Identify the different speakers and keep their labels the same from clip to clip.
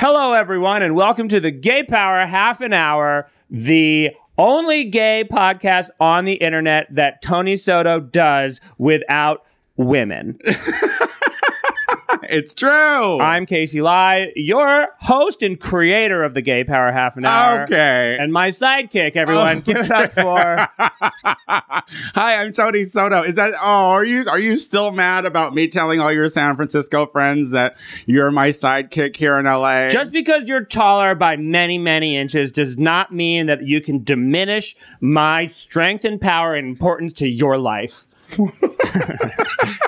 Speaker 1: Hello, everyone, and welcome to the Gay Power Half an Hour, the only gay podcast on the internet that Tony Soto does without women.
Speaker 2: It's true.
Speaker 1: I'm Casey Lai, your host and creator of the Gay Power Half an Hour.
Speaker 2: okay.
Speaker 1: And my sidekick, everyone,
Speaker 2: Oh.
Speaker 1: give it up for.
Speaker 2: Hi, I'm Tony Soto. Is that oh, are you are you still mad about me telling all your San Francisco friends that you're my sidekick here in LA?
Speaker 1: Just because you're taller by many, many inches does not mean that you can diminish my strength and power and importance to your life.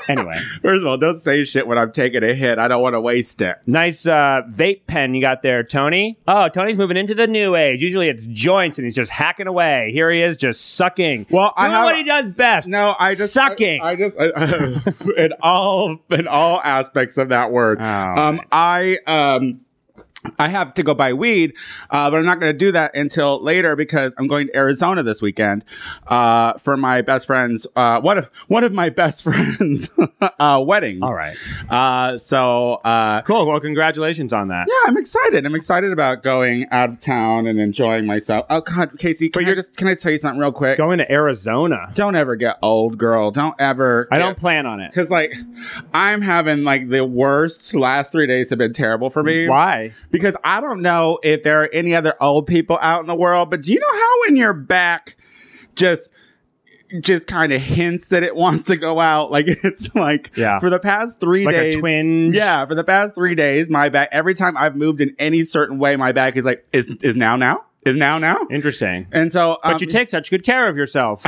Speaker 1: anyway.
Speaker 2: First of all, don't say shit when I'm taking a hit. I don't want to waste it.
Speaker 1: Nice uh, vape pen you got there, Tony. Oh, Tony's moving into the new age. Usually it's joints and he's just hacking away. Here he is just sucking.
Speaker 2: Well, I
Speaker 1: Doing
Speaker 2: have-
Speaker 1: what he does best.
Speaker 2: No, I just
Speaker 1: Sucking.
Speaker 2: I, I just in all in all aspects of that word.
Speaker 1: Oh,
Speaker 2: um, I um, I have to go buy weed, uh, but I'm not going to do that until later because I'm going to Arizona this weekend uh, for my best friend's uh, one of one of my best friends' uh, weddings.
Speaker 1: All right.
Speaker 2: Uh, so uh,
Speaker 1: Cool. Well, congratulations on that.
Speaker 2: yeah, I'm excited. I'm excited about going out of town and enjoying myself. Oh God, Casey, can I
Speaker 1: you're-
Speaker 2: just can I tell you something real quick?
Speaker 1: Going to Arizona.
Speaker 2: Don't ever get old, girl. Don't ever.
Speaker 1: I
Speaker 2: get-
Speaker 1: don't plan on it.
Speaker 2: Cause like I'm having like the worst last three days have been terrible for me.
Speaker 1: Why?
Speaker 2: Because I don't know if there are any other old people out in the world, but do you know how when your back just just kind of hints that it wants to go out? Like it's like
Speaker 1: Yeah.
Speaker 2: for the past three
Speaker 1: like
Speaker 2: days.
Speaker 1: a twinge.
Speaker 2: Yeah, for the past three days, my back every time I've moved in any certain way, my back is like, is is now now? Is now now?
Speaker 1: Interesting.
Speaker 2: And so
Speaker 1: But
Speaker 2: um,
Speaker 1: you take such good care of yourself.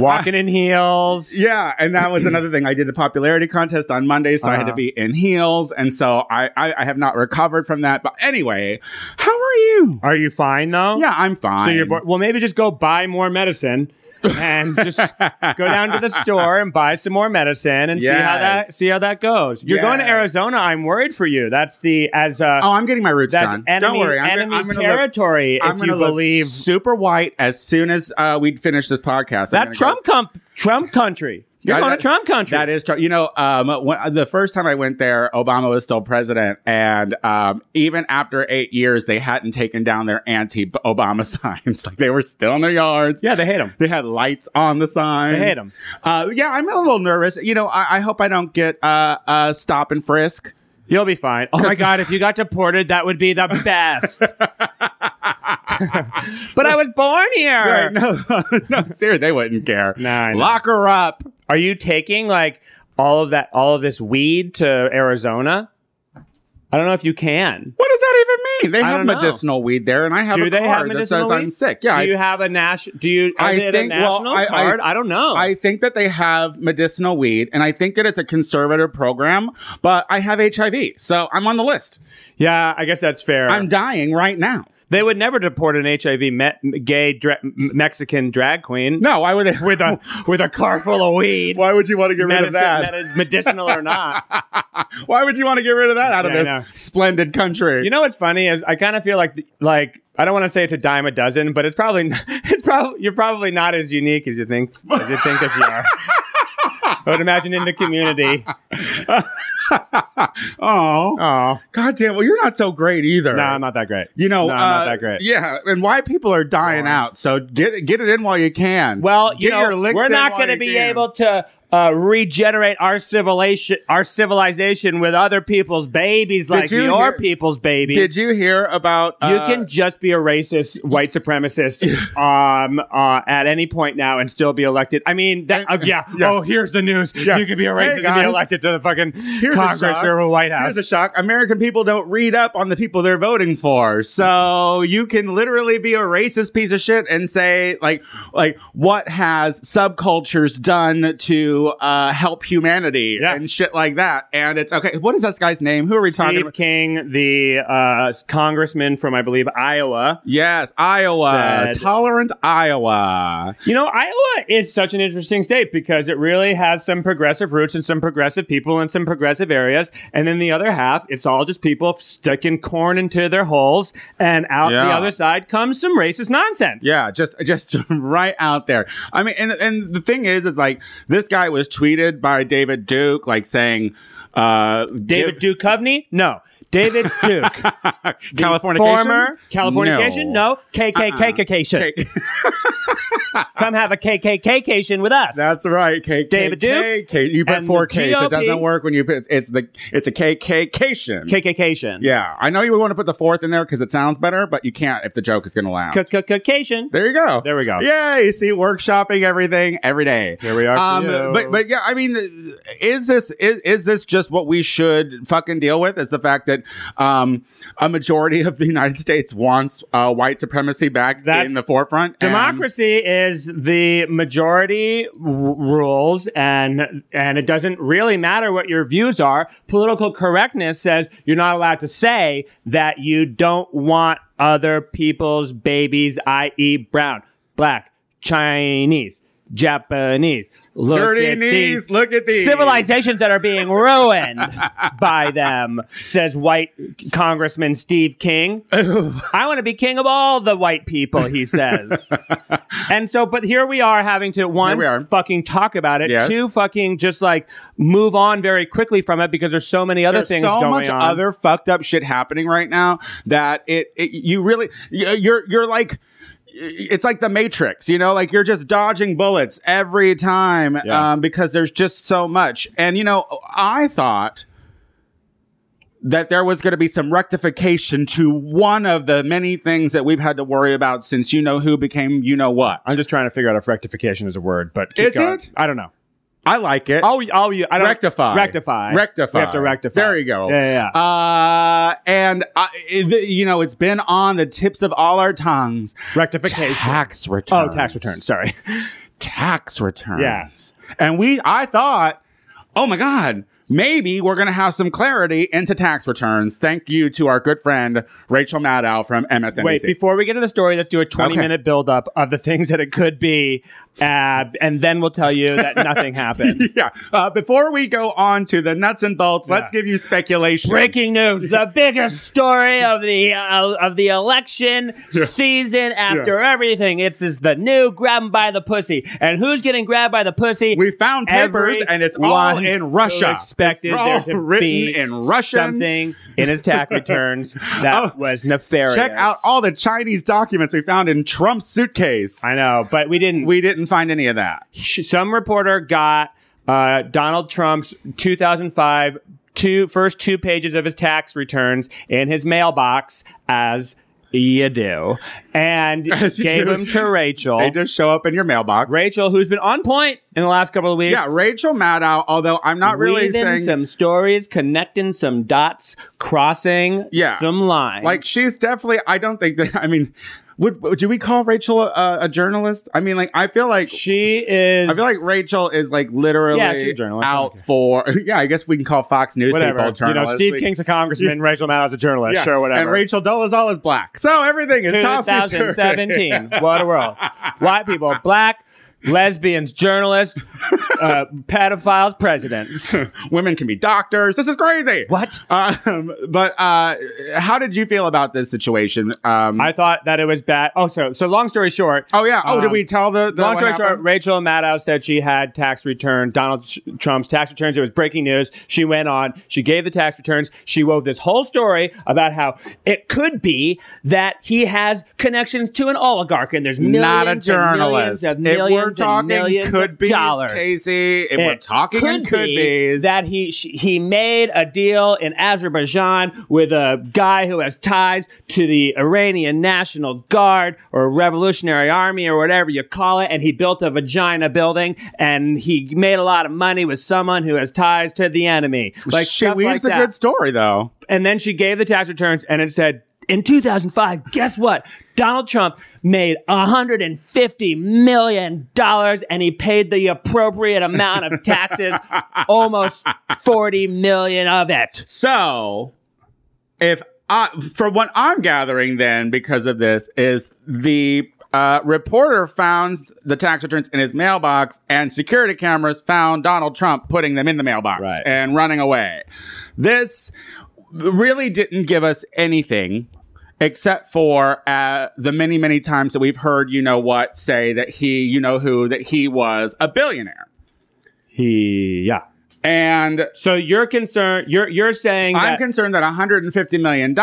Speaker 1: Walking in heels.
Speaker 2: Yeah, and that was another thing. I did the popularity contest on Monday, so I had to
Speaker 1: Uh-huh.
Speaker 2: be in heels, and so I, I I have not recovered from that. But anyway, how are you?
Speaker 1: Are you fine though?
Speaker 2: Yeah, I'm fine.
Speaker 1: So you're bo- well, maybe just go buy more medicine and just go down to the store and buy some more medicine and see how that
Speaker 2: Yes.
Speaker 1: see how that goes. You're going to
Speaker 2: Yes.
Speaker 1: Arizona. I'm worried for you. That's the as uh,
Speaker 2: Oh, I'm getting my roots
Speaker 1: that's
Speaker 2: done.
Speaker 1: enemy,
Speaker 2: Don't worry, I'm,
Speaker 1: enemy
Speaker 2: gonna, I'm gonna look.
Speaker 1: territory.
Speaker 2: I'm
Speaker 1: if
Speaker 2: gonna
Speaker 1: you
Speaker 2: look
Speaker 1: believe
Speaker 2: super white as soon as uh, we finish this podcast. I'm
Speaker 1: that
Speaker 2: gonna go-
Speaker 1: Trump comp, Trump country. You're
Speaker 2: Yeah,
Speaker 1: going
Speaker 2: that-
Speaker 1: to Trump country.
Speaker 2: That is true. You know, um, when, the first time I went there, Obama was still president, and um, even after eight years, they hadn't taken down their anti-Obama signs. like they were still in their yards.
Speaker 1: yeah, they hate him.
Speaker 2: They had lights on the signs.
Speaker 1: They hate him.
Speaker 2: Uh, yeah, I'm a little nervous. You know, I, I hope I don't get uh, uh, stop and frisk.
Speaker 1: You'll be fine. Oh my god, if you got deported, that would be the best. but I was born here.
Speaker 2: Right, no, no, seriously, they wouldn't care.
Speaker 1: No, I know.
Speaker 2: Lock her up.
Speaker 1: Are you taking like all of that, all of this weed to Arizona? I don't know if you can.
Speaker 2: What does that even mean? They
Speaker 1: I
Speaker 2: have
Speaker 1: don't know.
Speaker 2: medicinal weed there, and I have
Speaker 1: Do
Speaker 2: a
Speaker 1: they have
Speaker 2: card that says
Speaker 1: medicinal
Speaker 2: I'm
Speaker 1: weed?
Speaker 2: sick. Yeah, I,
Speaker 1: do you have a national? Do you?
Speaker 2: I
Speaker 1: Is it
Speaker 2: think-
Speaker 1: a
Speaker 2: well,
Speaker 1: national
Speaker 2: I- I-
Speaker 1: card? I, don't know.
Speaker 2: I think that they have medicinal weed, and I think that it's a conservative program. But I have HIV, so I'm on the list.
Speaker 1: yeah, I guess that's fair.
Speaker 2: I'm dying right now.
Speaker 1: they would never deport an HIV me- gay dra- m- Mexican drag queen
Speaker 2: No, why would they?
Speaker 1: with a with a car full of weed.
Speaker 2: Why would you want to get rid of
Speaker 1: Medicine-
Speaker 2: that?
Speaker 1: medi- medicinal or not.
Speaker 2: Why would you want to get rid of that out of
Speaker 1: Yeah, I know.
Speaker 2: this splendid country?
Speaker 1: You know what's funny is I kind of feel like like I don't want to say it's a dime a dozen, but it's probably it's probably you're probably not as unique as you think as you think that you are. I would imagine in the community.
Speaker 2: oh,
Speaker 1: Oh,
Speaker 2: God damn. Well, you're not so great either.
Speaker 1: no, I'm not that great.
Speaker 2: You know,
Speaker 1: No, I'm not
Speaker 2: uh,
Speaker 1: that great.
Speaker 2: Yeah, and why people are dying out. So get get it in while you can.
Speaker 1: Well, you
Speaker 2: Get
Speaker 1: know,
Speaker 2: your licks
Speaker 1: we're
Speaker 2: in
Speaker 1: not
Speaker 2: while
Speaker 1: going to
Speaker 2: you
Speaker 1: be
Speaker 2: can.
Speaker 1: able to uh, regenerate our civilization, our civilization with other people's babies, like
Speaker 2: you
Speaker 1: your
Speaker 2: hear-
Speaker 1: people's babies.
Speaker 2: did you hear about?
Speaker 1: You
Speaker 2: uh,
Speaker 1: can just be a racist white supremacist um, uh, at any point now and still be elected. I mean, that, uh, yeah.
Speaker 2: Yeah.
Speaker 1: Oh, here's the news.
Speaker 2: Yeah.
Speaker 1: You can be a racist
Speaker 2: Hey,
Speaker 1: and be
Speaker 2: guys.
Speaker 1: elected to the fucking
Speaker 2: a
Speaker 1: Congress
Speaker 2: shock.
Speaker 1: or a White House.
Speaker 2: Here's a shock. American people don't read up on the people they're voting for. So you can literally be a racist piece of shit and say like like what has subcultures done to uh, help humanity
Speaker 1: Yeah.
Speaker 2: and shit like that. And it's okay. What is that guy's name? Who are we talking
Speaker 1: Steve
Speaker 2: about?
Speaker 1: King, the uh, congressman from, I believe, Iowa.
Speaker 2: Yes, Iowa.
Speaker 1: Said-
Speaker 2: Tolerant Iowa.
Speaker 1: You know, Iowa is such an interesting state because it really has some progressive roots and some progressive people in some progressive areas. and then the other half, it's all just people sticking corn into their holes, and out the
Speaker 2: Yeah.
Speaker 1: other side comes some racist nonsense.
Speaker 2: Yeah, just just right out there. I mean, and and the thing is, is like this guy was tweeted by David Duke, like saying, uh,
Speaker 1: David Duke Duchovny? No. David Duke.
Speaker 2: California
Speaker 1: Former Californication? No. KKKcation. Come have a KKKcation with us.
Speaker 2: That's right, K-
Speaker 1: David
Speaker 2: K- K- you put
Speaker 1: and
Speaker 2: four
Speaker 1: the
Speaker 2: Ks. It
Speaker 1: GOP.
Speaker 2: doesn't work when you put it's, it's the it's a KKKation.
Speaker 1: KKKation.
Speaker 2: yeah, I know you want to put the fourth in there because it sounds better, but you can't if the joke is going to last.
Speaker 1: KKKation.
Speaker 2: there you go.
Speaker 1: There we go.
Speaker 2: Yay! See, workshopping everything every day.
Speaker 1: Here we are. for you.
Speaker 2: Um, but but yeah, I mean, is this is, is this just what we should fucking deal with? Is the fact that um, a majority of the United States wants uh, white supremacy back
Speaker 1: That's-
Speaker 2: in the forefront? and-
Speaker 1: Democracy is the majority w- rules, and and it doesn't really matter what your views are. Political correctness says you're not allowed to say that you don't want other people's babies, i.e., brown, black, Chinese, Japanese. Look
Speaker 2: dirty
Speaker 1: at
Speaker 2: knees.
Speaker 1: these
Speaker 2: Look at these
Speaker 1: civilizations that are being ruined by them, says white Congressman Steve King. I want to be king of all the white people, he says. and so, but here we are having to one
Speaker 2: Here we are.
Speaker 1: fucking talk about it,
Speaker 2: Yes.
Speaker 1: two fucking just like move on very quickly from it because there's so many other
Speaker 2: There's
Speaker 1: things
Speaker 2: so
Speaker 1: going
Speaker 2: much
Speaker 1: on.
Speaker 2: other fucked up shit happening right now that it, it you really you- you're you're like it's like the matrix you know like you're just dodging bullets every time
Speaker 1: Yeah.
Speaker 2: um, because there's just so much and you know i thought that there was going to be some rectification to one of the many things that we've had to worry about since you know who became you know what
Speaker 1: I'm just trying to figure out if rectification is a word, but keep
Speaker 2: Is
Speaker 1: going.
Speaker 2: it?
Speaker 1: I don't know.
Speaker 2: i like it
Speaker 1: I'll, I'll, Oh, I don't,
Speaker 2: rectify
Speaker 1: Rectify.
Speaker 2: rectify
Speaker 1: We have to rectify.
Speaker 2: there you go
Speaker 1: Yeah, yeah, yeah.
Speaker 2: Uh, and I, it- you know, it's been on the tips of all our tongues.
Speaker 1: rectification.
Speaker 2: Tax
Speaker 1: Oh,
Speaker 2: returns.
Speaker 1: tax return. Sorry.
Speaker 2: Tax returns.
Speaker 1: Yeah.
Speaker 2: And we, I thought, oh my God, maybe we're going to have some clarity into tax returns. Thank you to our good friend, Rachel Maddow from MSNBC.
Speaker 1: Wait, before we get to the story, let's do a 20
Speaker 2: Okay.
Speaker 1: minute build up of the things that it could be, uh, and then we'll tell you that nothing happened.
Speaker 2: yeah. Uh, before we go on to the nuts and bolts, let's
Speaker 1: Yeah.
Speaker 2: give you speculation.
Speaker 1: Breaking news: the biggest story of the uh, of the election season. After everything, it's is the new grab 'em by the pussy, and who's getting grabbed by the pussy?
Speaker 2: We found papers
Speaker 1: Everyone
Speaker 2: and it's all in Russia.
Speaker 1: Expected
Speaker 2: It's all
Speaker 1: there to
Speaker 2: written
Speaker 1: be
Speaker 2: in Russian.
Speaker 1: Something in his tax returns that
Speaker 2: Oh,
Speaker 1: was nefarious.
Speaker 2: Check out all the Chinese documents we found in Trump's suitcase.
Speaker 1: I know, but we didn't.
Speaker 2: we didn't find any of that.
Speaker 1: sh- some reporter got uh, Donald Trump's 2005 two first two pages of his tax returns in his mailbox as you do, and
Speaker 2: As you
Speaker 1: gave
Speaker 2: do.
Speaker 1: them to
Speaker 2: They
Speaker 1: Rachel.
Speaker 2: just show up in your mailbox.
Speaker 1: Rachel, who's been on point in the last couple of weeks.
Speaker 2: yeah, Rachel Maddow, although I'm not really
Speaker 1: weaving
Speaker 2: saying
Speaker 1: some stories, connecting some dots, crossing
Speaker 2: Yeah.
Speaker 1: some lines.
Speaker 2: like she's definitely I don't think that I mean would would- do we call Rachel a, a journalist? I mean like I feel like
Speaker 1: she is.
Speaker 2: I feel like Rachel is like literally
Speaker 1: Yeah, she's a journalist.
Speaker 2: out
Speaker 1: Okay.
Speaker 2: for yeah, I guess we can call Fox News
Speaker 1: whatever.
Speaker 2: people
Speaker 1: You know,
Speaker 2: journalists.
Speaker 1: Steve
Speaker 2: We-
Speaker 1: King's a congressman. Rachel Maddow's a journalist.
Speaker 2: yeah.
Speaker 1: Sure, whatever.
Speaker 2: And Rachel Dolezal is black. So everything is topsy turvy.
Speaker 1: 2017. what a world. White people, black, lesbians, journalists, uh, pedophiles, presidents.
Speaker 2: Women can be doctors. This is crazy.
Speaker 1: What?
Speaker 2: Um, but uh, how did you feel about this situation? Um,
Speaker 1: I thought that it was bad. Oh, so so long story short.
Speaker 2: oh yeah. Oh,
Speaker 1: um,
Speaker 2: did we tell the, the
Speaker 1: Long
Speaker 2: what
Speaker 1: story short,
Speaker 2: happened?
Speaker 1: Rachel Maddow said she had tax return Donald Sh- Trump's tax returns. It was breaking news. She went on. She gave the tax returns. She wove this whole story about how it could be that he has connections to an oligarch, and there's millions
Speaker 2: Not a
Speaker 1: and millions
Speaker 2: journalist.
Speaker 1: of
Speaker 2: if
Speaker 1: millions
Speaker 2: we're
Speaker 1: and
Speaker 2: talking
Speaker 1: millions of
Speaker 2: could be
Speaker 1: dollars.
Speaker 2: Casey, if we're
Speaker 1: It
Speaker 2: talking in could be
Speaker 1: that he sh- he made a deal in Azerbaijan with a guy who has ties to the Iranian National Guard or Revolutionary Army or whatever you call it, and he built a vagina building and he made a lot of money with someone who has ties to the enemy. Like
Speaker 2: she
Speaker 1: stuff
Speaker 2: weaves
Speaker 1: like
Speaker 2: a
Speaker 1: that.
Speaker 2: good story though.
Speaker 1: And then she gave the tax returns and it said, in 2005, guess what? Donald Trump made $150 million and he paid the appropriate amount of taxes, almost 40 million of it.
Speaker 2: So if I, from what I'm gathering, then because of this is the. Uh, reporter found the tax returns in his mailbox, and security cameras found Donald Trump putting them in the mailbox
Speaker 3: Right.
Speaker 2: and running away. This really didn't give us anything except for uh, the many, many times that we've heard, you know what, say that he, you know who, that he was a billionaire.
Speaker 1: He, yeah.
Speaker 2: And
Speaker 1: So you're concerned. You're you're saying
Speaker 2: I'm
Speaker 1: that
Speaker 2: concerned that $150 million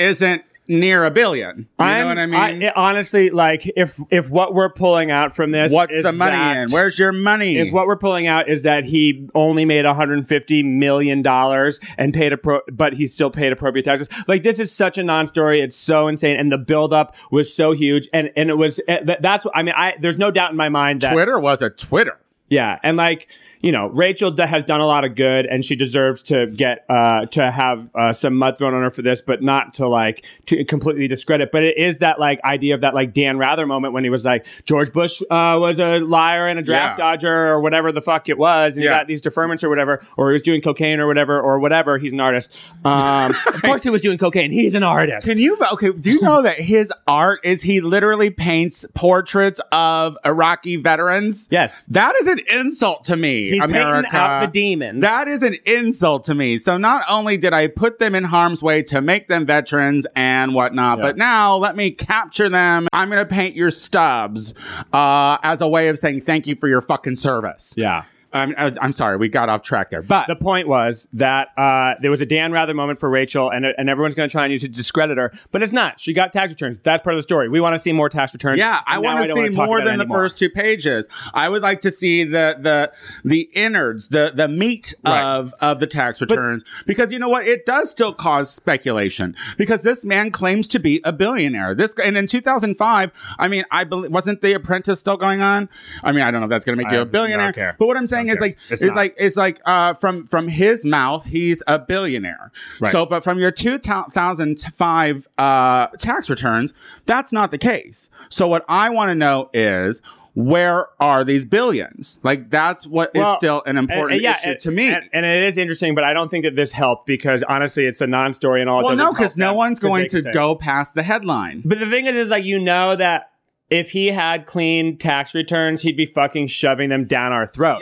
Speaker 2: isn't near a billion. You know what I mean?
Speaker 1: it- honestly, like if if what we're pulling out from this,
Speaker 2: What's
Speaker 1: is
Speaker 2: the money
Speaker 1: that-
Speaker 2: in? Where's your money?
Speaker 1: If what we're pulling out is that he only made 150 million dollars and paid a pro, but he still paid appropriate taxes. Like this is such a non-story. It's so insane, and the buildup was so huge, and and it was eh, that, that's. what- I mean, I there's no doubt in my mind that
Speaker 2: Twitter was a Twitter.
Speaker 1: yeah, and like you know, Rachel d- has done a lot of good, and she deserves to get uh, to have uh, some mud thrown on her for this, but not to like to completely discredit. But it is that like idea of that like Dan Rather moment when he was like George Bush uh, was a liar and a draft
Speaker 2: Yeah.
Speaker 1: dodger or whatever the fuck it was, and he
Speaker 2: Yeah.
Speaker 1: got these deferments or whatever, or he was doing cocaine or whatever or whatever. He's an artist. Um, Of course, he was doing cocaine. He's an artist.
Speaker 2: Can you okay? Do you know that his art is he literally paints portraits of Iraqi veterans?
Speaker 1: yes,
Speaker 2: That is an insult to me,
Speaker 1: he's
Speaker 2: America.
Speaker 1: painting out the demons.
Speaker 2: that is an insult to me. So not only did I put them in harm's way to make them veterans and whatnot,
Speaker 1: Yeah.
Speaker 2: but now let me capture them. I'm gonna paint your stubs uh, as a way of saying thank you for your fucking service.
Speaker 1: yeah.
Speaker 2: I'm, I'm sorry, we got off track there, but
Speaker 1: the point was that uh, there was a Dan Rather moment for Rachel, and and everyone's going to try and use it to discredit her, but it's not. She got tax returns. That's part of the story. We want to see more tax returns.
Speaker 2: Yeah, I
Speaker 1: and now
Speaker 2: want to
Speaker 1: don't
Speaker 2: see
Speaker 1: wanna talk
Speaker 2: more
Speaker 1: about it
Speaker 2: than the
Speaker 1: anymore.
Speaker 2: first two pages. I would like to see the the the innards, the the meat
Speaker 1: Right.
Speaker 2: of of the tax returns, because you know what, it does still cause speculation. Because this man claims to be a billionaire. This guy- and in 2005, I mean, I believe wasn't The Apprentice still going on? I mean, I don't know if that's going to make
Speaker 3: I
Speaker 2: you a
Speaker 3: don't
Speaker 2: billionaire,
Speaker 3: care.
Speaker 2: but what I'm
Speaker 3: Don't
Speaker 2: saying is
Speaker 3: care.
Speaker 2: like
Speaker 3: It's
Speaker 2: it's,
Speaker 3: not.
Speaker 2: like it's like uh, from from his mouth, he's a billionaire.
Speaker 3: Right.
Speaker 2: So, but from your 2005 uh, tax returns, that's not the case. So, what I want to know is where are these billions? Like, that's what is
Speaker 1: Well,
Speaker 2: still an
Speaker 1: And-
Speaker 2: important
Speaker 1: and yeah,
Speaker 2: issue
Speaker 1: and-
Speaker 2: to me.
Speaker 1: and, and it is interesting, but I don't think that this helped because honestly, it's a non-story and all. it
Speaker 2: well,
Speaker 1: does
Speaker 2: no,
Speaker 1: is help
Speaker 2: because no
Speaker 1: them,
Speaker 2: one's
Speaker 1: 'cause
Speaker 2: going
Speaker 1: they
Speaker 2: to
Speaker 1: can say-
Speaker 2: go past the headline.
Speaker 1: But the thing is, is like you know that if he had clean tax returns, he'd be fucking shoving them down our throat.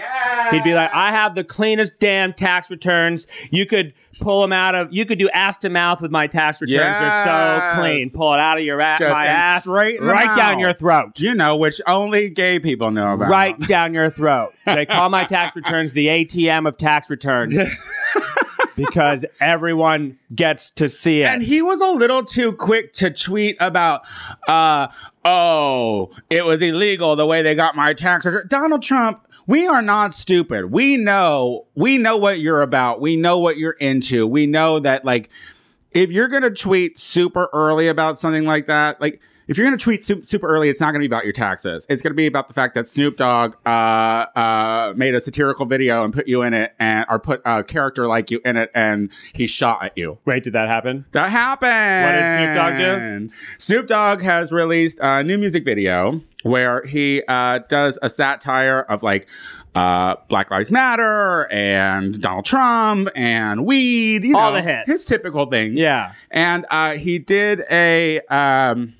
Speaker 1: He'd be like, "I have the cleanest damn tax returns. You could pull them out of. You could do ass to mouth with my tax returns. They're
Speaker 2: Yes.
Speaker 1: so clean. Pull it out of your ass,
Speaker 2: Just
Speaker 1: my
Speaker 2: and
Speaker 1: ass,
Speaker 2: straighten them
Speaker 1: right down
Speaker 2: out.
Speaker 1: your throat."
Speaker 2: You know, which only gay people know about.
Speaker 1: Right down your throat. They call my tax returns the ATM of tax returns because everyone gets to see it.
Speaker 2: And he was a little too quick to tweet about, uh, oh, it was illegal the way they got my tax return. Donald Trump, we are not stupid. We know, we know what you're about. We know what you're into. We know that, like, if you're going to tweet super early about something like that, like, if you're going to tweet su- super early, it's not going to be about your taxes. It's going to be about the fact that Snoop Dogg uh, uh, made a satirical video and put you in it, and or put a character like you in it, and he shot at you.
Speaker 1: Wait, did that happen?
Speaker 2: That happened.
Speaker 1: What did
Speaker 2: Snoop Dogg do? Snoop Dogg has released a new music video where he uh, does a satire of like uh, Black Lives Matter and Donald Trump and weed, you
Speaker 1: All
Speaker 2: know,
Speaker 1: the hits.
Speaker 2: his typical things.
Speaker 1: Yeah.
Speaker 2: And uh, he did a. Um,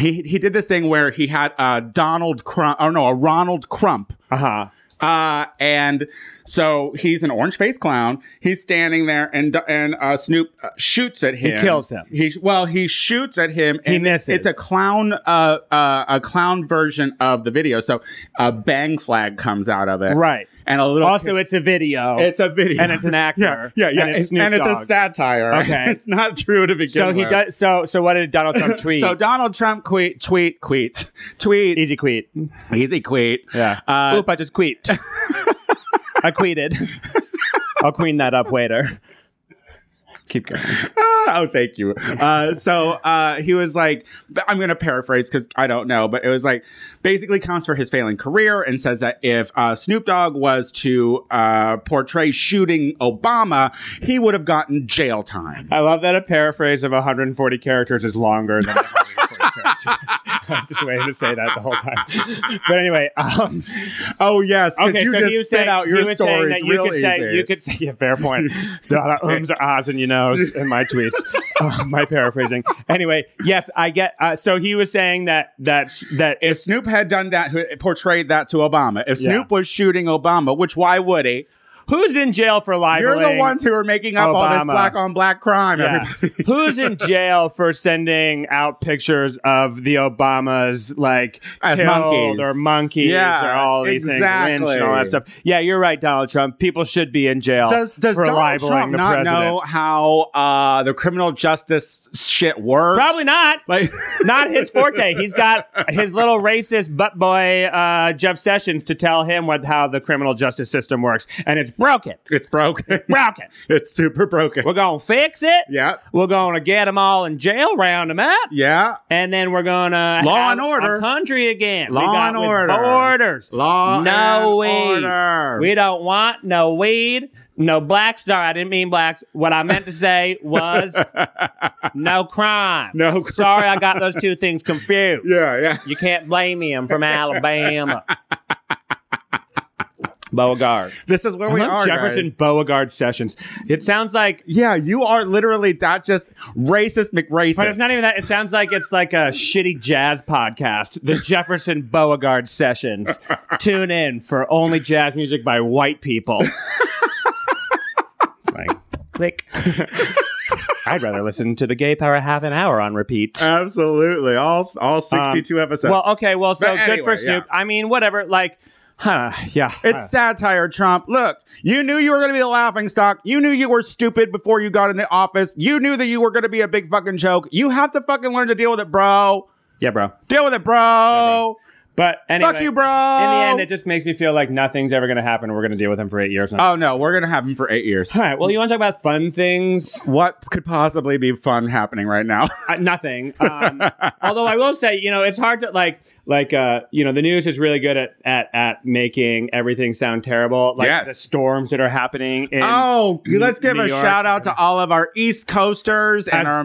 Speaker 2: he, he did this thing where he had a Donald Crump, or no, a Ronald Crump,
Speaker 1: Uh huh.
Speaker 2: uh, and so he's an orange faced clown. He's standing there, and and uh, Snoop uh, shoots at him.
Speaker 1: kills him.
Speaker 2: He well, he shoots at him.
Speaker 1: He
Speaker 2: and
Speaker 1: misses.
Speaker 2: It's a clown, uh, uh, a clown version of the video. So a bang flag comes out of it,
Speaker 1: Right.
Speaker 2: And a little.
Speaker 1: Also, it's a video.
Speaker 2: it's a video,
Speaker 1: and it's an actor.
Speaker 2: yeah, yeah, yeah,
Speaker 1: And it's Snoop
Speaker 2: a
Speaker 1: Dogg.
Speaker 2: satire.
Speaker 1: Okay.
Speaker 2: it's not true to begin
Speaker 1: so he
Speaker 2: with.
Speaker 1: does. So so what did Donald Trump tweet?
Speaker 2: So Donald Trump tweet, tweet, tweet, tweet,
Speaker 1: Easy tweet.
Speaker 2: easy tweet.
Speaker 1: Yeah.
Speaker 2: Uh,
Speaker 1: Oop! I just queet. I queeted. I'll clean that up later. Keep going.
Speaker 2: Ah, oh, thank you. Uh, so uh, he was like, I'm going to paraphrase because I don't know, but it was like basically counts for his failing career and says that if uh, Snoop Dogg was to uh, portray shooting Obama, he would have gotten jail time.
Speaker 1: I love that a paraphrase of 140 characters is longer than 140 characters. I was just waiting to say that the whole time. But anyway, um,
Speaker 2: Oh, yes. 'cause
Speaker 1: okay.
Speaker 2: you
Speaker 1: so
Speaker 2: just
Speaker 1: he was
Speaker 2: spit
Speaker 1: saying,
Speaker 2: out your
Speaker 1: he was saying
Speaker 2: stories
Speaker 1: that you
Speaker 2: real
Speaker 1: could say
Speaker 2: easy.
Speaker 1: you could say yeah, fair point. There are a lot of ums, or ahs, and you knows in my tweets. oh, my paraphrasing. Anyway, yes, I get. Uh, so he was saying that that that
Speaker 2: If Snoop had done that, portrayed that to Obama, if
Speaker 1: Yeah.
Speaker 2: Snoop was shooting Obama, which why would he?
Speaker 1: who's in jail for
Speaker 2: You're
Speaker 1: libeling?
Speaker 2: the ones who are making up all this
Speaker 1: Obama.
Speaker 2: black on black crime.
Speaker 1: Yeah.
Speaker 2: Everybody.
Speaker 1: Who's in jail for sending out pictures of the Obamas like
Speaker 2: As
Speaker 1: killed
Speaker 2: monkeys.
Speaker 1: or monkeys
Speaker 2: Yeah,
Speaker 1: or all these things, lynch and all that
Speaker 2: exactly.
Speaker 1: stuff? Yeah, you're right, Donald Trump. People should be in jail.
Speaker 2: Does does
Speaker 1: for
Speaker 2: Donald
Speaker 1: libeling
Speaker 2: Trump
Speaker 1: the
Speaker 2: not
Speaker 1: president.
Speaker 2: know how uh, the criminal justice shit works?
Speaker 1: Probably not.
Speaker 2: Like,
Speaker 1: Not his forte. He's got his little racist butt boy uh, Jeff Sessions to tell him what how the criminal justice system works, and it's broken.
Speaker 2: it's broken.
Speaker 1: Broken.
Speaker 2: it's super broken.
Speaker 1: We're gonna fix it.
Speaker 2: Yeah.
Speaker 1: We're gonna get them all in jail, round them up,
Speaker 2: Yeah.
Speaker 1: and then we're gonna
Speaker 2: Law
Speaker 1: have
Speaker 2: and order.
Speaker 1: a country again. We
Speaker 2: Law
Speaker 1: got
Speaker 2: and
Speaker 1: with
Speaker 2: order.
Speaker 1: Borders.
Speaker 2: Law
Speaker 1: No
Speaker 2: and
Speaker 1: way.
Speaker 2: order.
Speaker 1: We don't want no weed, no blacks. Sorry, I didn't mean blacks. What I meant to say was no crime.
Speaker 2: no. cr-
Speaker 1: Sorry, I got those two things confused.
Speaker 2: Yeah. Yeah.
Speaker 1: You can't blame me. I'm from Alabama. Beauregard.
Speaker 2: This is where we are.
Speaker 1: Jefferson
Speaker 2: guys.
Speaker 1: Beauregard Sessions. It sounds like,
Speaker 2: Yeah, you are literally that just racist McRacist.
Speaker 1: but it's not even that. It sounds like it's like a shitty jazz podcast. The Jefferson Beauregard Sessions. Tune in for only jazz music by white people. It's like, click. I'd rather listen to the Gay Power half an hour on repeat.
Speaker 2: Uh, Absolutely. All all 62 episodes.
Speaker 1: well, okay, well, so
Speaker 2: But
Speaker 1: good for
Speaker 2: anyway,
Speaker 1: Snoop. I mean, whatever. Like, huh? Yeah,
Speaker 2: It's
Speaker 1: huh.
Speaker 2: satire, Trump. Look, you knew you were going to be the laughing stock. You knew you were stupid before you got in the office. You knew that you were going to be a big fucking joke. You have to fucking learn to deal with it, bro.
Speaker 1: yeah, bro.
Speaker 2: Deal with it, bro.
Speaker 1: But anyway,
Speaker 2: Fuck you, bro.
Speaker 1: In the end, it just makes me feel like nothing's ever going to happen. We're going to deal with him for eight years. Now.
Speaker 2: oh no, we're going to have him for eight years.
Speaker 1: All right. Well, you want to talk about fun things?
Speaker 2: What could possibly be fun happening right now?
Speaker 1: Uh, nothing. Um, although I will say, you know, it's hard to like, like, uh, you know, the news is really good at at at making everything sound terrible. Like
Speaker 2: Yes.
Speaker 1: the storms that are happening. In,
Speaker 2: oh, let's give
Speaker 1: New
Speaker 2: a
Speaker 1: York.
Speaker 2: shout out to all of our East Coasters and
Speaker 1: As-
Speaker 2: our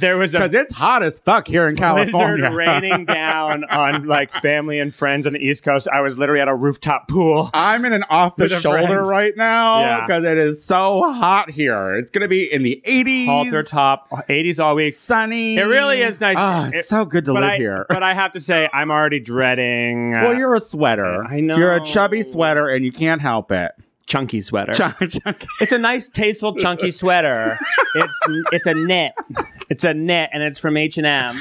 Speaker 1: there was a
Speaker 2: because it's hot as fuck here in
Speaker 1: blizzard
Speaker 2: California.
Speaker 1: raining down on like family and friends on the East Coast. I was literally at a rooftop pool.
Speaker 2: I'm in an off the
Speaker 1: With a
Speaker 2: shoulder
Speaker 1: friend.
Speaker 2: right now
Speaker 1: Yeah.
Speaker 2: because it is so hot here. It's going to be in the 80s.
Speaker 1: Halter top, 80s all week.
Speaker 2: Sunny.
Speaker 1: It really is nice.
Speaker 2: Ah, it's
Speaker 1: It-
Speaker 2: so good to
Speaker 1: but
Speaker 2: live
Speaker 1: I,
Speaker 2: here.
Speaker 1: But I have to say, I'm already dreading. Uh,
Speaker 2: well, you're a sweater.
Speaker 1: I know.
Speaker 2: You're a chubby sweater and you can't help it.
Speaker 1: chunky sweater.
Speaker 2: Chun- chun-
Speaker 1: it's a nice, tasteful, chunky sweater. it's it's a knit. It's a knit, and it's from H and M.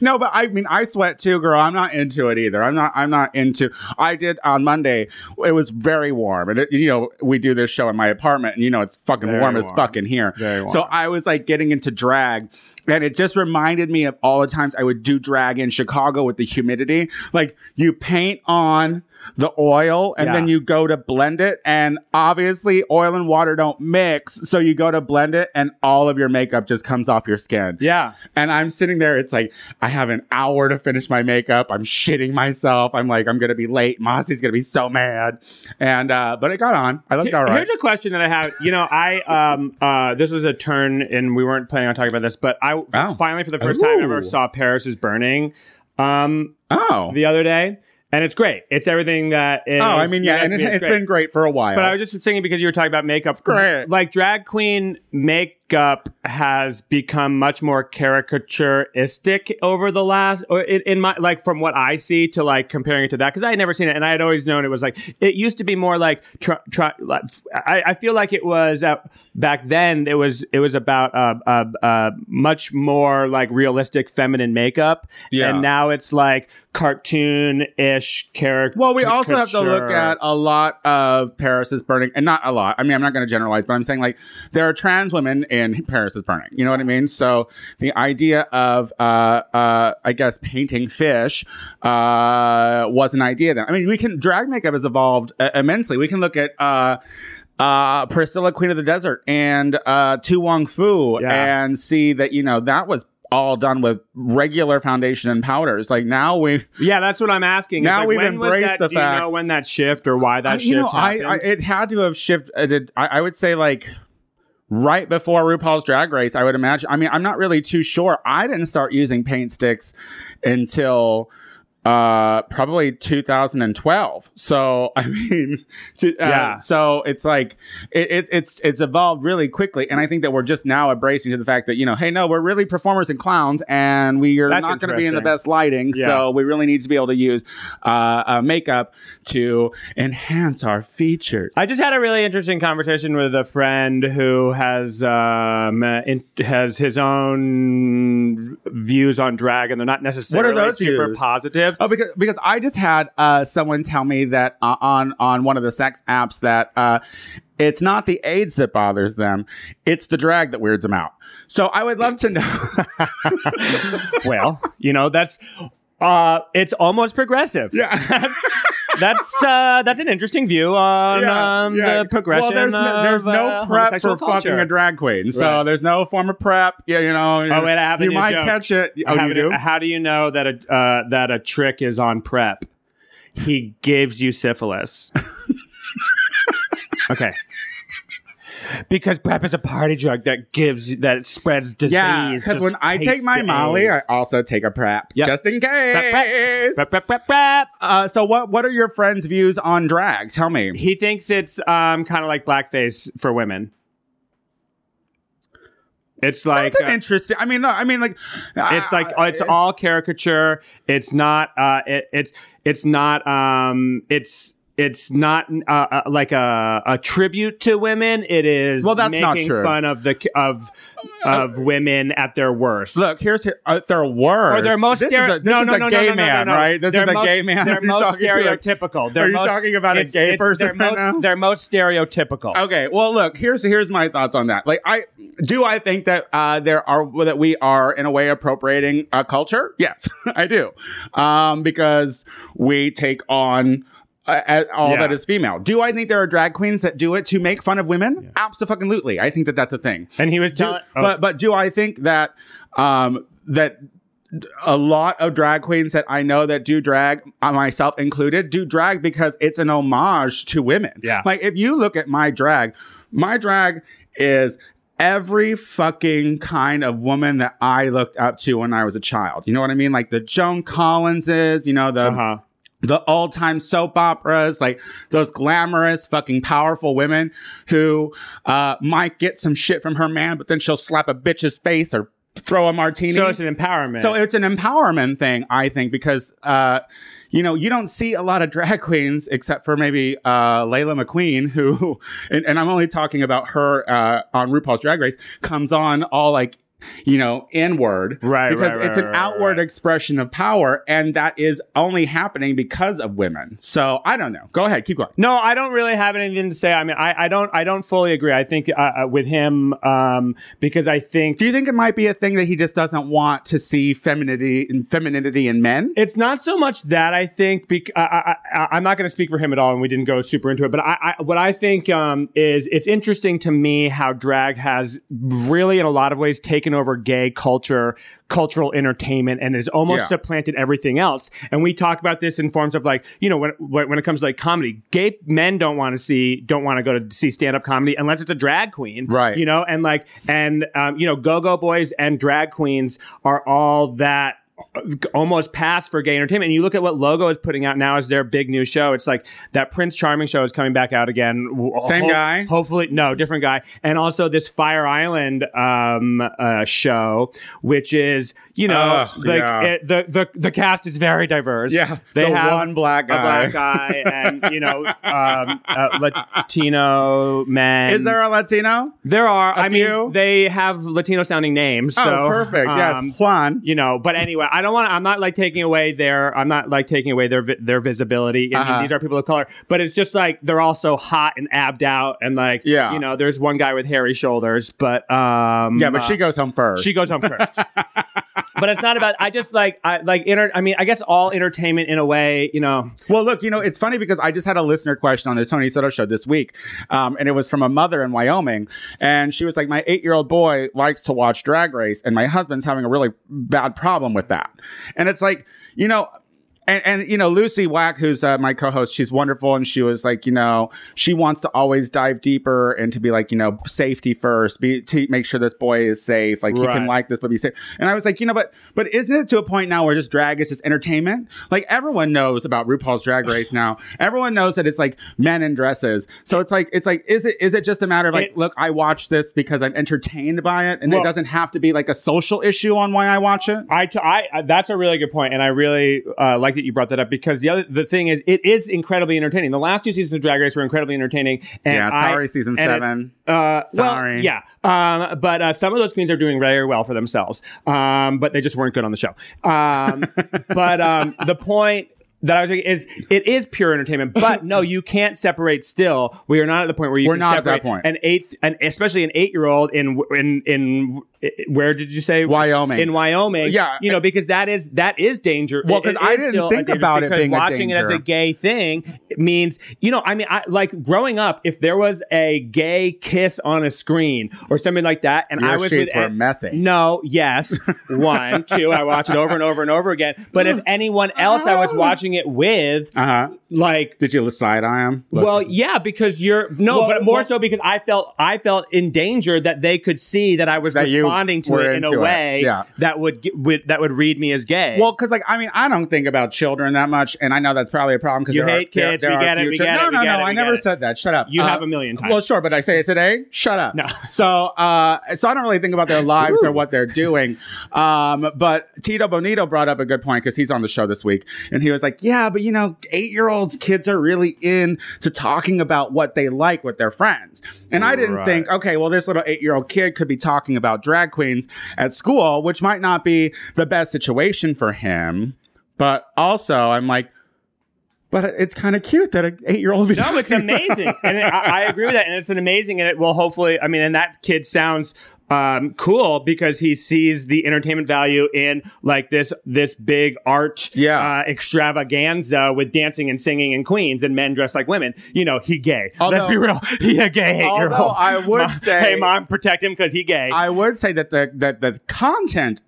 Speaker 2: no, but I mean, I sweat too, girl. I'm not into it either. I'm not. I'm not into. I did on Monday. It was very warm, and it, you know we do this show in my apartment, and you know it's fucking
Speaker 1: Very
Speaker 2: warm as
Speaker 1: warm.
Speaker 2: fuck in here.
Speaker 1: Very
Speaker 2: So I was like getting into drag, and it just reminded me of all the times I would do drag in Chicago with the humidity. Like you paint on the oil, and
Speaker 1: Yeah.
Speaker 2: then you go to blend it, and obviously oil and water don't mix. So you go to blend it, and all of your makeup just comes off your skin.
Speaker 1: yeah,
Speaker 2: And I'm sitting there, it's like I have an hour to finish my makeup. I'm shitting myself. I'm like I'm gonna be late. Mossy's gonna be so mad. And uh, but it got on. I looked all right.
Speaker 1: Here's a question that I have. You know, I um uh this was a turn, and we weren't planning on talking about this, but I
Speaker 2: Wow.
Speaker 1: finally for the first time
Speaker 2: Ooh.
Speaker 1: ever saw Paris is burning. Um,
Speaker 2: Oh.
Speaker 1: the other day, and it's great. It's everything that. Is,
Speaker 2: Oh, I mean, yeah, and it,
Speaker 1: has
Speaker 2: has been great for a while.
Speaker 1: But I was just thinking because you were talking about makeup.
Speaker 2: great.
Speaker 1: Like drag queen makeup has become much more caricaturistic over the last, or in, in my like from what I see to like comparing it to that because I had never seen it and I had always known it was like it used to be more like try, try, like I, I feel like it was uh, back then it was it was about uh, uh, uh, much more like realistic feminine makeup
Speaker 2: Yeah.
Speaker 1: and now it's like cartoon ish character.
Speaker 2: well, we also have to look at a lot of Paris is burning, and not a lot. I mean, I'm not going to generalize, but I'm saying like there are trans women in Paris is burning. You know what I mean? So the idea of, uh, uh, I guess, painting fish uh, was an idea then. I mean, we can drag makeup has evolved uh, immensely. We can look at. Uh, uh, Priscilla, Queen of the Desert, and uh, Tu Wong Fu,
Speaker 1: Yeah.
Speaker 2: and see that you know that was all done with regular foundation and powders. Like now we
Speaker 1: Yeah, that's what I'm asking. It's
Speaker 2: Now
Speaker 1: like,
Speaker 2: we've
Speaker 1: when was that,
Speaker 2: embraced the
Speaker 1: do
Speaker 2: fact-
Speaker 1: you know when that shift or why that
Speaker 2: I-
Speaker 1: shift
Speaker 2: you know, I,
Speaker 1: happened?
Speaker 2: I it had to have shifted. I, I would say like right before RuPaul's Drag Race. I would imagine. I mean, I'm not really too sure. I didn't start using paint sticks until. uh, probably 2012. So I mean, to, uh,
Speaker 1: Yeah.
Speaker 2: So it's like it, it, it's it's evolved really quickly, and I think that we're just now embracing to the fact that you know, hey, no, we're really performers and clowns, and we are
Speaker 1: That's
Speaker 2: not going to be in the
Speaker 1: interesting.
Speaker 2: best lighting.
Speaker 1: Yeah.
Speaker 2: So we really need to be able to use uh, uh, makeup to enhance our features.
Speaker 1: I just had a really interesting conversation with a friend who has um, uh, in, has his own views on drag, and they're not necessarily
Speaker 2: those
Speaker 1: super
Speaker 2: views?
Speaker 1: positive.
Speaker 2: Oh, because because I just had uh, someone tell me that uh, on on one of the sex apps that uh, it's not the AIDS that bothers them, it's the drag that weirds them out. So I would love to know.
Speaker 1: well, you know that's uh, it's almost progressive.
Speaker 2: yeah.
Speaker 1: That's that's uh, that's an interesting view on
Speaker 2: Yeah,
Speaker 1: um,
Speaker 2: yeah.
Speaker 1: the progression.
Speaker 2: Well, there's no,
Speaker 1: of,
Speaker 2: there's no
Speaker 1: uh,
Speaker 2: prep for
Speaker 1: homosexual culture.
Speaker 2: fucking a drag queen, so
Speaker 1: Right.
Speaker 2: there's no form of prep. Yeah, you know.
Speaker 1: Oh wait, I have a
Speaker 2: you
Speaker 1: new
Speaker 2: might
Speaker 1: joke.
Speaker 2: catch it.
Speaker 1: I
Speaker 2: Oh,
Speaker 1: have
Speaker 2: you
Speaker 1: a- ah,
Speaker 2: do.
Speaker 1: How do you know that a uh, that a trick is on prep? He gives you syphilis. okay. Because prep is a party drug that gives that spreads disease.
Speaker 2: Yeah, because
Speaker 1: just
Speaker 2: when I take
Speaker 1: hates
Speaker 2: my
Speaker 1: the
Speaker 2: Molly, I
Speaker 1: AIDS.
Speaker 2: also take a prep,
Speaker 1: Yep.
Speaker 2: just in case.
Speaker 1: prep, prep, prep, prep.
Speaker 2: Uh, so what what are your friends' views on drag? Tell me.
Speaker 1: He thinks it's um kind of like blackface for women. It's like
Speaker 2: That's an
Speaker 1: uh,
Speaker 2: interesting. I mean, no, I mean, like oh,
Speaker 1: it's like
Speaker 2: I-
Speaker 1: uh, it's all caricature it's not uh it, it's it's not um it's it's not uh, uh, like a, a tribute to women. It is
Speaker 2: Well, that's
Speaker 1: making
Speaker 2: not true. Uh,
Speaker 1: fun of the of of women at their worst.
Speaker 2: Look, here's uh, their words.
Speaker 1: or their Oh, most
Speaker 2: This
Speaker 1: stereo-
Speaker 2: is a, this
Speaker 1: no,
Speaker 2: is
Speaker 1: no,
Speaker 2: a
Speaker 1: no, no,
Speaker 2: gay
Speaker 1: no, no,
Speaker 2: man,
Speaker 1: no, no.
Speaker 2: right? This
Speaker 1: They're
Speaker 2: is a
Speaker 1: most-
Speaker 2: gay man.
Speaker 1: They're
Speaker 2: Are you
Speaker 1: most
Speaker 2: talking to a-
Speaker 1: stereotypical. They're
Speaker 2: are you
Speaker 1: most-
Speaker 2: talking about a
Speaker 1: it's-
Speaker 2: gay
Speaker 1: it's-
Speaker 2: person
Speaker 1: They're
Speaker 2: right
Speaker 1: most,
Speaker 2: now? Oh,
Speaker 1: they're most stereotypical.
Speaker 2: Okay, well, look, here's here's my thoughts on that. Like, I do I think that uh, there are that we are in a way appropriating a culture. Yes, I do, um, because we take on. Uh, uh, all
Speaker 1: Yeah.
Speaker 2: that is female. Do I think there are drag queens that do it to make fun of women? Absolutely. I think that that's a thing.
Speaker 1: And he was
Speaker 2: Do-
Speaker 1: telling. oh,
Speaker 2: but but do I think that um that a lot of drag queens that I know that do drag, uh, myself included, do drag because it's an homage to women.
Speaker 1: oh, Yeah.
Speaker 2: Like if you look at my drag, my drag is every fucking kind of woman that I looked up to when I was a child. You know what I mean? Like the Joan Collinses, you know, the
Speaker 1: uh-huh.
Speaker 2: the old time soap operas, like those glamorous, fucking powerful women who uh, might get some shit from her man, but then she'll slap a bitch's face or throw a martini.
Speaker 1: So it's an empowerment.
Speaker 2: So it's an empowerment thing, I think, because uh, you know you don't see a lot of drag queens except for maybe uh, Layla McQueen, who, and, and I'm only talking about her uh, on RuPaul's Drag Race, comes on all like you know inward,
Speaker 1: Right,
Speaker 2: Because
Speaker 1: right, right,
Speaker 2: it's an
Speaker 1: right, right,
Speaker 2: outward
Speaker 1: right.
Speaker 2: expression of power, and that is only happening because of women. So I don't know. Go ahead, keep going.
Speaker 1: No, I don't really have anything to say. I mean, I, I don't I don't fully agree. I think uh, uh, with him um, because I think
Speaker 2: Do you think it might be a thing that he just doesn't want to see femininity and femininity in men?
Speaker 1: it's not so much that I think. Bec- I, I, I, I'm not going to speak for him at all, and we didn't go super into it. But I, I, what I think um, is it's interesting to me how drag has really, in a lot of ways, taken over gay culture, cultural entertainment, and has almost
Speaker 2: Yeah.
Speaker 1: supplanted everything else. And we talk about this in forms of like you know when when when it comes to like comedy, gay men don't want to see don't want to go to see stand up comedy unless it's a drag queen,
Speaker 2: Right.
Speaker 1: You know, and like and um, you know, go go boys and drag queens are all that uh, almost pass for gay entertainment. And you look at what Logo is putting out now as their big new show. It's like that Prince Charming show is coming back out again. W-
Speaker 2: Same guy?
Speaker 1: Hopefully, no, different guy. And also this Fire Island um, uh, show, which is, you know,
Speaker 2: Ugh,
Speaker 1: like
Speaker 2: yeah.
Speaker 1: it, the, the, the cast is very diverse. They
Speaker 2: the
Speaker 1: have
Speaker 2: one black guy.
Speaker 1: a black guy and, you know, um, uh, Latino men.
Speaker 2: Is there a Latino?
Speaker 1: There are.
Speaker 2: A
Speaker 1: I
Speaker 2: few?
Speaker 1: mean, they have Latino sounding names. so,
Speaker 2: oh, perfect.
Speaker 1: um,
Speaker 2: yes, Juan.
Speaker 1: you know but anyway i don't want to i'm not like taking away their i'm not like taking away their vi- their visibility I mean,
Speaker 2: Uh-huh.
Speaker 1: these are people of color but it's just like they're all so hot and abbed out and like
Speaker 2: Yeah.
Speaker 1: you know there's one guy with hairy shoulders but um
Speaker 2: Yeah, but
Speaker 1: uh,
Speaker 2: she goes home first.
Speaker 1: she goes home first but it's not about i just like i like inter i mean i guess all entertainment in a way you know
Speaker 2: Well, look, you know, it's funny because I just had a listener question on the Tony Soto show this week, um, and it was from a mother in Wyoming, and she was like, "My eight-year-old boy likes to watch Drag Race, and my husband's having a really bad problem with that." And it's like, you know. and and you know Lucy Wack, who's uh, my co-host, she's wonderful, and she was like, you know, she wants to always dive deeper and to be like, you know, safety first, be to make sure this boy is safe, like he can
Speaker 1: Right.
Speaker 2: like this but be safe. And I was like, you know, but but isn't it to a point now where just drag is just entertainment? Like everyone knows about RuPaul's Drag Race now. Everyone knows that it's like men in dresses. So it's like it's like is it is it just a matter of like,
Speaker 1: It-
Speaker 2: look, I watch this because I'm entertained by it, and
Speaker 1: Well-
Speaker 2: it doesn't have to be like a social issue on why I watch it.
Speaker 1: I, t- I I- that's a really good point, and I really uh, like that you brought that up because the other the thing is it is incredibly entertaining. The last two seasons of Drag Race were incredibly entertaining, and
Speaker 2: yeah,
Speaker 1: I-
Speaker 2: sorry, season
Speaker 1: and it's-
Speaker 2: seven.
Speaker 1: uh,
Speaker 2: Sorry.
Speaker 1: Well, yeah. Um, but uh, some of those queens are doing very well for themselves. Um, but they just weren't good on the show. Um, but um, the point that I was making is it is pure entertainment. But no, you can't separate. Still, we are not at the point where you
Speaker 2: We're
Speaker 1: can
Speaker 2: not at
Speaker 1: separate
Speaker 2: that point.
Speaker 1: An eighth, and especially an eight-year-old in in in where did you say
Speaker 2: Wyoming.
Speaker 1: in Wyoming.
Speaker 2: Yeah.
Speaker 1: you know, because that is that is danger.
Speaker 2: Well,
Speaker 1: it-
Speaker 2: 'cause
Speaker 1: it
Speaker 2: I
Speaker 1: is
Speaker 2: didn't
Speaker 1: still a
Speaker 2: think
Speaker 1: danger
Speaker 2: about it
Speaker 1: because
Speaker 2: being a
Speaker 1: watching it as a
Speaker 2: danger.
Speaker 1: gay thing means you know. I mean, I like growing up. If there was a gay kiss on a screen or something like that, and
Speaker 2: Your
Speaker 1: I was
Speaker 2: sheets
Speaker 1: with
Speaker 2: were
Speaker 1: an-
Speaker 2: messy.
Speaker 1: No, yes, one, two. I watch it over and over and over again. But if anyone else I
Speaker 2: Oh.
Speaker 1: was watching it with,
Speaker 2: Uh huh.
Speaker 1: like
Speaker 2: Did you side eye him? Look.
Speaker 1: well, yeah, because you're no,
Speaker 2: Well,
Speaker 1: but more
Speaker 2: well-
Speaker 1: so because I felt I felt in danger that they could see that I was
Speaker 2: That you
Speaker 1: responding to
Speaker 2: were
Speaker 1: it in a
Speaker 2: into it.
Speaker 1: way
Speaker 2: Yeah.
Speaker 1: that would, ge- would that would read me as gay.
Speaker 2: Well, because like I mean, I don't think about children that much, and I know that's probably a problem because
Speaker 1: You hate kids, we get it, we get it,
Speaker 2: no,
Speaker 1: we
Speaker 2: no,
Speaker 1: get
Speaker 2: no.
Speaker 1: it,
Speaker 2: I
Speaker 1: we
Speaker 2: never
Speaker 1: get it.
Speaker 2: said that. Shut up.
Speaker 1: you
Speaker 2: Uh,
Speaker 1: have a million times.
Speaker 2: Well, sure, but I say it today. Shut up.
Speaker 1: No.
Speaker 2: So, uh, so I don't really think about their lives or what they're doing. Um, but Tito Bonito brought up a good point because he's on the show this week, and he was like, "Yeah, but you know, eight-year-olds kids are really in to talking about what they like with their friends." And I didn't
Speaker 1: Right.
Speaker 2: think, okay, well, this little eight-year-old kid could be talking about drag queens at school, which might not be the best situation for him. But also, I'm like. But it's kind of cute that an eight-year-old.
Speaker 1: no, it's amazing, and it, I, I agree with that, and it's an amazing, and it will hopefully. I mean, and that kid sounds um, cool because he sees the entertainment value in like this this big art
Speaker 2: Yeah.
Speaker 1: uh, extravaganza with dancing and singing and queens and men dressed like women. You know, he gay. Let's
Speaker 2: Although-
Speaker 1: be real, he a gay. Oh eight-year-old.
Speaker 2: Although I would
Speaker 1: Mom-
Speaker 2: say,
Speaker 1: hey, mom, protect him because he gay.
Speaker 2: I would say that the that the content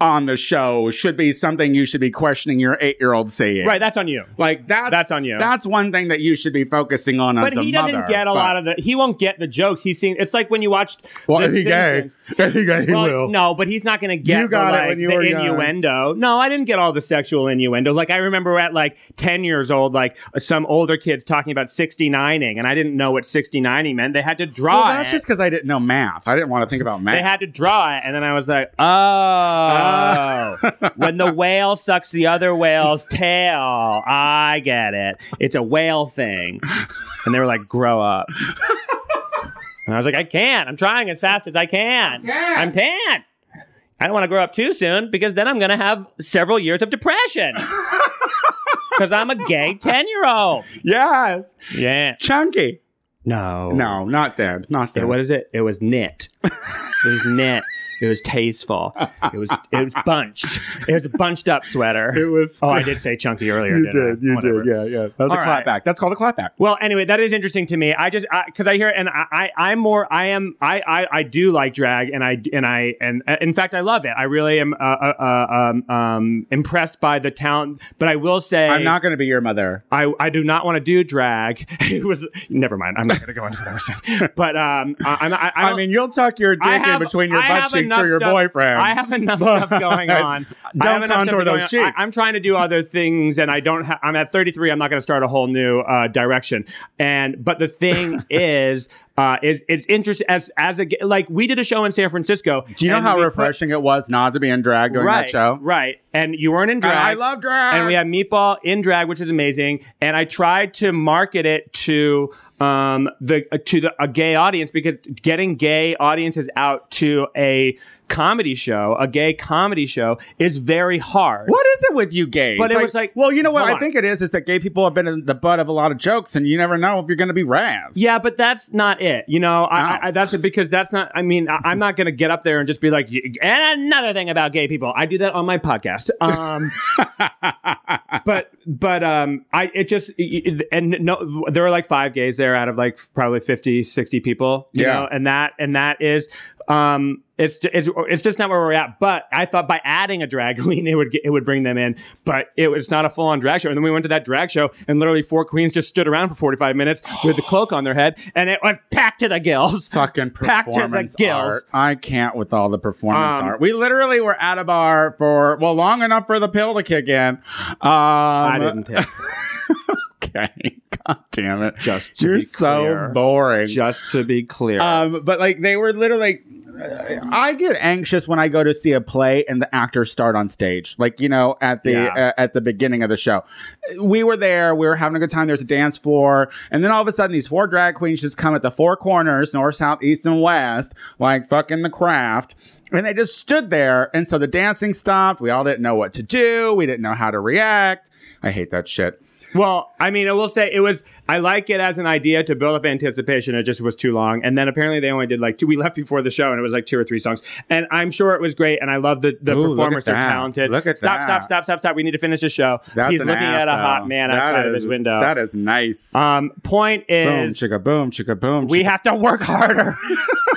Speaker 2: on the show should be something you should be questioning your eight year old saying.
Speaker 1: right, that's on you.
Speaker 2: Like that's
Speaker 1: That's on you.
Speaker 2: That's one thing that you should be focusing on.
Speaker 1: But
Speaker 2: as a
Speaker 1: he doesn't
Speaker 2: mother,
Speaker 1: get a
Speaker 2: but-
Speaker 1: lot of the. He won't get the jokes. He's seen. It's like when you watched.
Speaker 2: Well,
Speaker 1: The
Speaker 2: if he gay,
Speaker 1: Simpsons.
Speaker 2: if he gay, he
Speaker 1: well,
Speaker 2: will.
Speaker 1: no, but he's not going to get
Speaker 2: You got
Speaker 1: the,
Speaker 2: it
Speaker 1: like,
Speaker 2: when you
Speaker 1: the
Speaker 2: were young.
Speaker 1: innuendo. No, I didn't get all the sexual innuendo. Like I remember at like ten years old, like some older kids talking about 69ing, and I didn't know what 69ing meant. They had to draw
Speaker 2: Well, that's
Speaker 1: it.
Speaker 2: just because I didn't know math. I didn't want to think about math.
Speaker 1: they had to draw it, and then I was like, oh, when the whale sucks the other whale's tail, I get it. It's a whale thing. And they were like, grow up. And I was like, I can't. I'm trying as fast as I can.
Speaker 2: Tan.
Speaker 1: I'm tan. I don't want to grow up too soon because then I'm going to have several years of depression. Because I'm a gay 10 year old.
Speaker 2: yes,
Speaker 1: Yeah.
Speaker 2: chunky.
Speaker 1: No.
Speaker 2: No, not that. Not
Speaker 1: It-
Speaker 2: that.
Speaker 1: what is it? It was knit. It was knit. It was tasteful. It was it was bunched. It was a bunched up
Speaker 2: It
Speaker 1: sweater.
Speaker 2: was.
Speaker 1: Oh, I did say chunky earlier.
Speaker 2: you
Speaker 1: didn't I?
Speaker 2: did. You
Speaker 1: Whatever.
Speaker 2: did. Yeah, yeah. That was
Speaker 1: All
Speaker 2: a
Speaker 1: right.
Speaker 2: clapback. That's called a clapback.
Speaker 1: Well, anyway, that is interesting to me. I just because I, hear and I, I I'm more I am I, I I do like drag and I and I and uh, in fact I love it. I really am uh, uh, uh, um, um, impressed by the talent. But I will say
Speaker 2: I'm not going to be your mother.
Speaker 1: I, I do not want to do drag. It was never mind. I'm not going to go into what I was saying. But um, I, I'm- I, I,
Speaker 2: I,
Speaker 1: don't-
Speaker 2: mean, you'll tuck your dick
Speaker 1: I have-
Speaker 2: in between your
Speaker 1: I
Speaker 2: butt
Speaker 1: have
Speaker 2: cheeks
Speaker 1: enough
Speaker 2: for your
Speaker 1: stuff-
Speaker 2: boyfriend.
Speaker 1: I have enough
Speaker 2: But-
Speaker 1: stuff going on. I have
Speaker 2: Don't
Speaker 1: enough stuff
Speaker 2: contour
Speaker 1: going
Speaker 2: those
Speaker 1: on.
Speaker 2: cheeks.
Speaker 1: I, am trying to do other things, and I don't. Ha- I'm at 33. I'm not going to start a whole new uh, direction. And but the thing is, uh, is it's interesting as as a g- like we did a show in San Francisco.
Speaker 2: Do you know
Speaker 1: and
Speaker 2: how
Speaker 1: we put-
Speaker 2: refreshing it was not to be in drag during
Speaker 1: right,
Speaker 2: that show?
Speaker 1: Right, and you weren't in
Speaker 2: And
Speaker 1: drag.
Speaker 2: I love drag.
Speaker 1: and we had meatball in drag, which is amazing. And I tried to market it to um, the to the, a gay audience because getting gay audiences out to a comedy show, a gay comedy show, is very hard.
Speaker 2: what is it with you gays?
Speaker 1: But it was like-
Speaker 2: well, you know what
Speaker 1: hold
Speaker 2: I
Speaker 1: on.
Speaker 2: think it is is that gay people have been in the butt of a lot of jokes, and you never know if you're going to be razzed.
Speaker 1: Yeah, but that's not it. You know, I,
Speaker 2: No.
Speaker 1: I, I that's it because that's not. I mean, I, I'm not going to get up there and just be like, "Y- and another thing about gay people. I do that on my podcast. Um, but but um, I it just it- and no, there were like five gays there out of like probably 50, 60 people. You
Speaker 2: Yeah.
Speaker 1: know, and that and that is Um, it's it's it's just not where we're at. But I thought by adding a drag queen, it would get, it would bring them in. But it, it's not a full on drag show. And then we went to that drag show, and literally four queens just stood around for forty five minutes with the cloak on their head, and it was packed to the gills.
Speaker 2: Fucking
Speaker 1: Packed to the
Speaker 2: performance
Speaker 1: gills.
Speaker 2: art. I can't with all the performance
Speaker 1: Um,
Speaker 2: art. We literally were at a bar for well long enough for the pill to kick in. Um,
Speaker 1: I didn't hit.
Speaker 2: Okay. God damn it.
Speaker 1: Just to
Speaker 2: You're
Speaker 1: be
Speaker 2: so
Speaker 1: clear.
Speaker 2: boring.
Speaker 1: Just to be clear.
Speaker 2: Um, but like they were literally, like, I get anxious when I go to see a play and the actors start on stage, like you know at the
Speaker 1: Yeah.
Speaker 2: uh, at the beginning of the show. We were there, we were having a good time. There's a dance floor, and then all of a sudden these four drag queens just come at the four corners, north, south, east, and west, like fucking the craft. And they just stood there, and so the dancing stopped. We all didn't know what to do. We didn't know how to react. I hate that shit.
Speaker 1: Well, I mean, I will say it was. I like it as an idea to build up anticipation. It just was too long, and then apparently they only did like two. We left before the show, and it was like two or three songs. And I'm sure it was great, and I love the the
Speaker 2: Ooh, look at
Speaker 1: performers. They're
Speaker 2: that.
Speaker 1: talented.
Speaker 2: Look at
Speaker 1: stop,
Speaker 2: that.
Speaker 1: stop, stop, stop, stop. We need to finish the show.
Speaker 2: That's
Speaker 1: He's
Speaker 2: an
Speaker 1: looking
Speaker 2: ass,
Speaker 1: at a
Speaker 2: though.
Speaker 1: hot man
Speaker 2: That
Speaker 1: outside of
Speaker 2: is-
Speaker 1: his window.
Speaker 2: That is nice.
Speaker 1: um, point
Speaker 2: boom,
Speaker 1: is,
Speaker 2: chicka, boom, chicka, boom.
Speaker 1: we
Speaker 2: chicka,
Speaker 1: have to work harder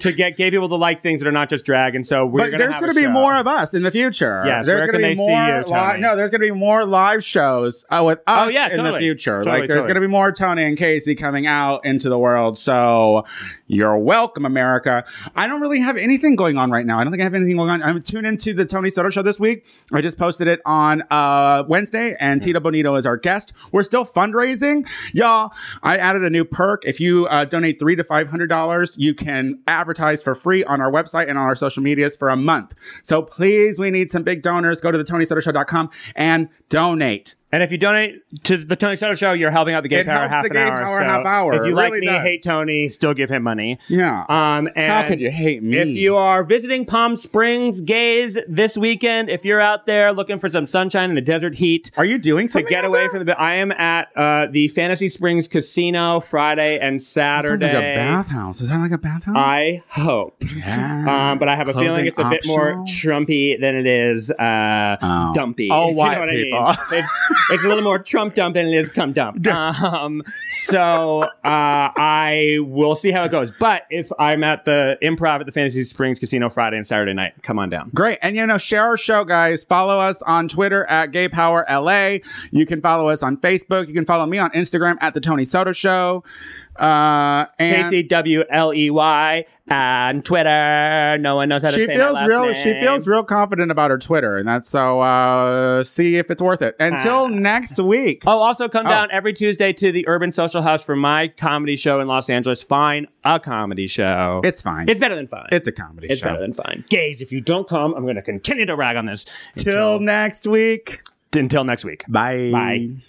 Speaker 1: to get gay people to like things that are not just drag. And so we're
Speaker 2: but
Speaker 1: gonna
Speaker 2: there's
Speaker 1: have
Speaker 2: going
Speaker 1: a
Speaker 2: to be
Speaker 1: show.
Speaker 2: more of us in the future.
Speaker 1: Yes,
Speaker 2: there's
Speaker 1: where
Speaker 2: gonna
Speaker 1: can they
Speaker 2: be
Speaker 1: see
Speaker 2: more.
Speaker 1: you, Tony? Oh,
Speaker 2: no, there's going to be more live shows uh, with us
Speaker 1: yeah,
Speaker 2: in the
Speaker 1: totally.
Speaker 2: future.
Speaker 1: Totally,
Speaker 2: like there's
Speaker 1: totally.
Speaker 2: going to be more Tony and Casey coming out into the world. So you're welcome, America. I don't really have anything going on right now. I don't think I have anything going on. I'm tuned into the Tony Soto show this week. I just posted it on uh, Wednesday, and Tito Bonito is our guest. We're still fundraising, y'all. I added a new perk. If you uh, donate three to five hundred dollars, you can advertise for free on our website and on our social medias for a month. So please, we need some big donors. Go to the TonySotoShow.com and donate.
Speaker 1: And if you donate to the Tony Soto Show, you're helping out the Gay
Speaker 2: It
Speaker 1: Power
Speaker 2: helps
Speaker 1: half
Speaker 2: the
Speaker 1: an
Speaker 2: Gay
Speaker 1: hour.
Speaker 2: Power
Speaker 1: so
Speaker 2: half hour.
Speaker 1: If you
Speaker 2: It
Speaker 1: like
Speaker 2: really
Speaker 1: me,
Speaker 2: does.
Speaker 1: hate Tony, still give him money.
Speaker 2: Yeah.
Speaker 1: Um, and
Speaker 2: How could you hate me?
Speaker 1: If you are visiting Palm Springs gays this weekend, if you're out there looking for some sunshine in the desert heat
Speaker 2: Are you doing
Speaker 1: to
Speaker 2: something
Speaker 1: get
Speaker 2: out
Speaker 1: away
Speaker 2: there?
Speaker 1: from the, I am at uh, the Fantasy Springs Casino Friday and
Speaker 2: Sounds
Speaker 1: Saturday.
Speaker 2: like a bathhouse. Is that like a bathhouse?
Speaker 1: I hope,
Speaker 2: yeah.
Speaker 1: um, but I have a
Speaker 2: Clothing
Speaker 1: feeling it's a bit more
Speaker 2: optional?
Speaker 1: Trumpy than it is uh,
Speaker 2: Oh.
Speaker 1: dumpy.
Speaker 2: All
Speaker 1: You know
Speaker 2: white
Speaker 1: what I mean?
Speaker 2: people.
Speaker 1: It's, it's a little more Trump dump than it is cum dump. Um, so uh, I will see how it goes. But if I'm at the improv at the Fantasy Springs Casino Friday and Saturday night, come on down.
Speaker 2: Great. And you know, share our show, guys. Follow us on Twitter at Gay Power LA. You can follow us on Facebook. You can follow me on Instagram at the Tony Soto Show. Uh
Speaker 1: K
Speaker 2: and
Speaker 1: C W L E Y on Twitter. No one knows how to
Speaker 2: she
Speaker 1: say
Speaker 2: feels
Speaker 1: my last
Speaker 2: real
Speaker 1: Name.
Speaker 2: she feels real confident about her Twitter. And that's so uh see if it's worth it. Until
Speaker 1: Ah.
Speaker 2: next week.
Speaker 1: Oh, also come
Speaker 2: Oh.
Speaker 1: down every Tuesday to the Urban Social House for my comedy show in Los Angeles. Fine, a comedy show.
Speaker 2: It's fine.
Speaker 1: Oh. It's better than fine.
Speaker 2: It's a comedy
Speaker 1: It's better
Speaker 2: show.
Speaker 1: than fine. Gays, if you don't come, I'm going to continue to rag on this
Speaker 2: Till next week.
Speaker 1: until next week.
Speaker 2: Bye.
Speaker 1: Bye.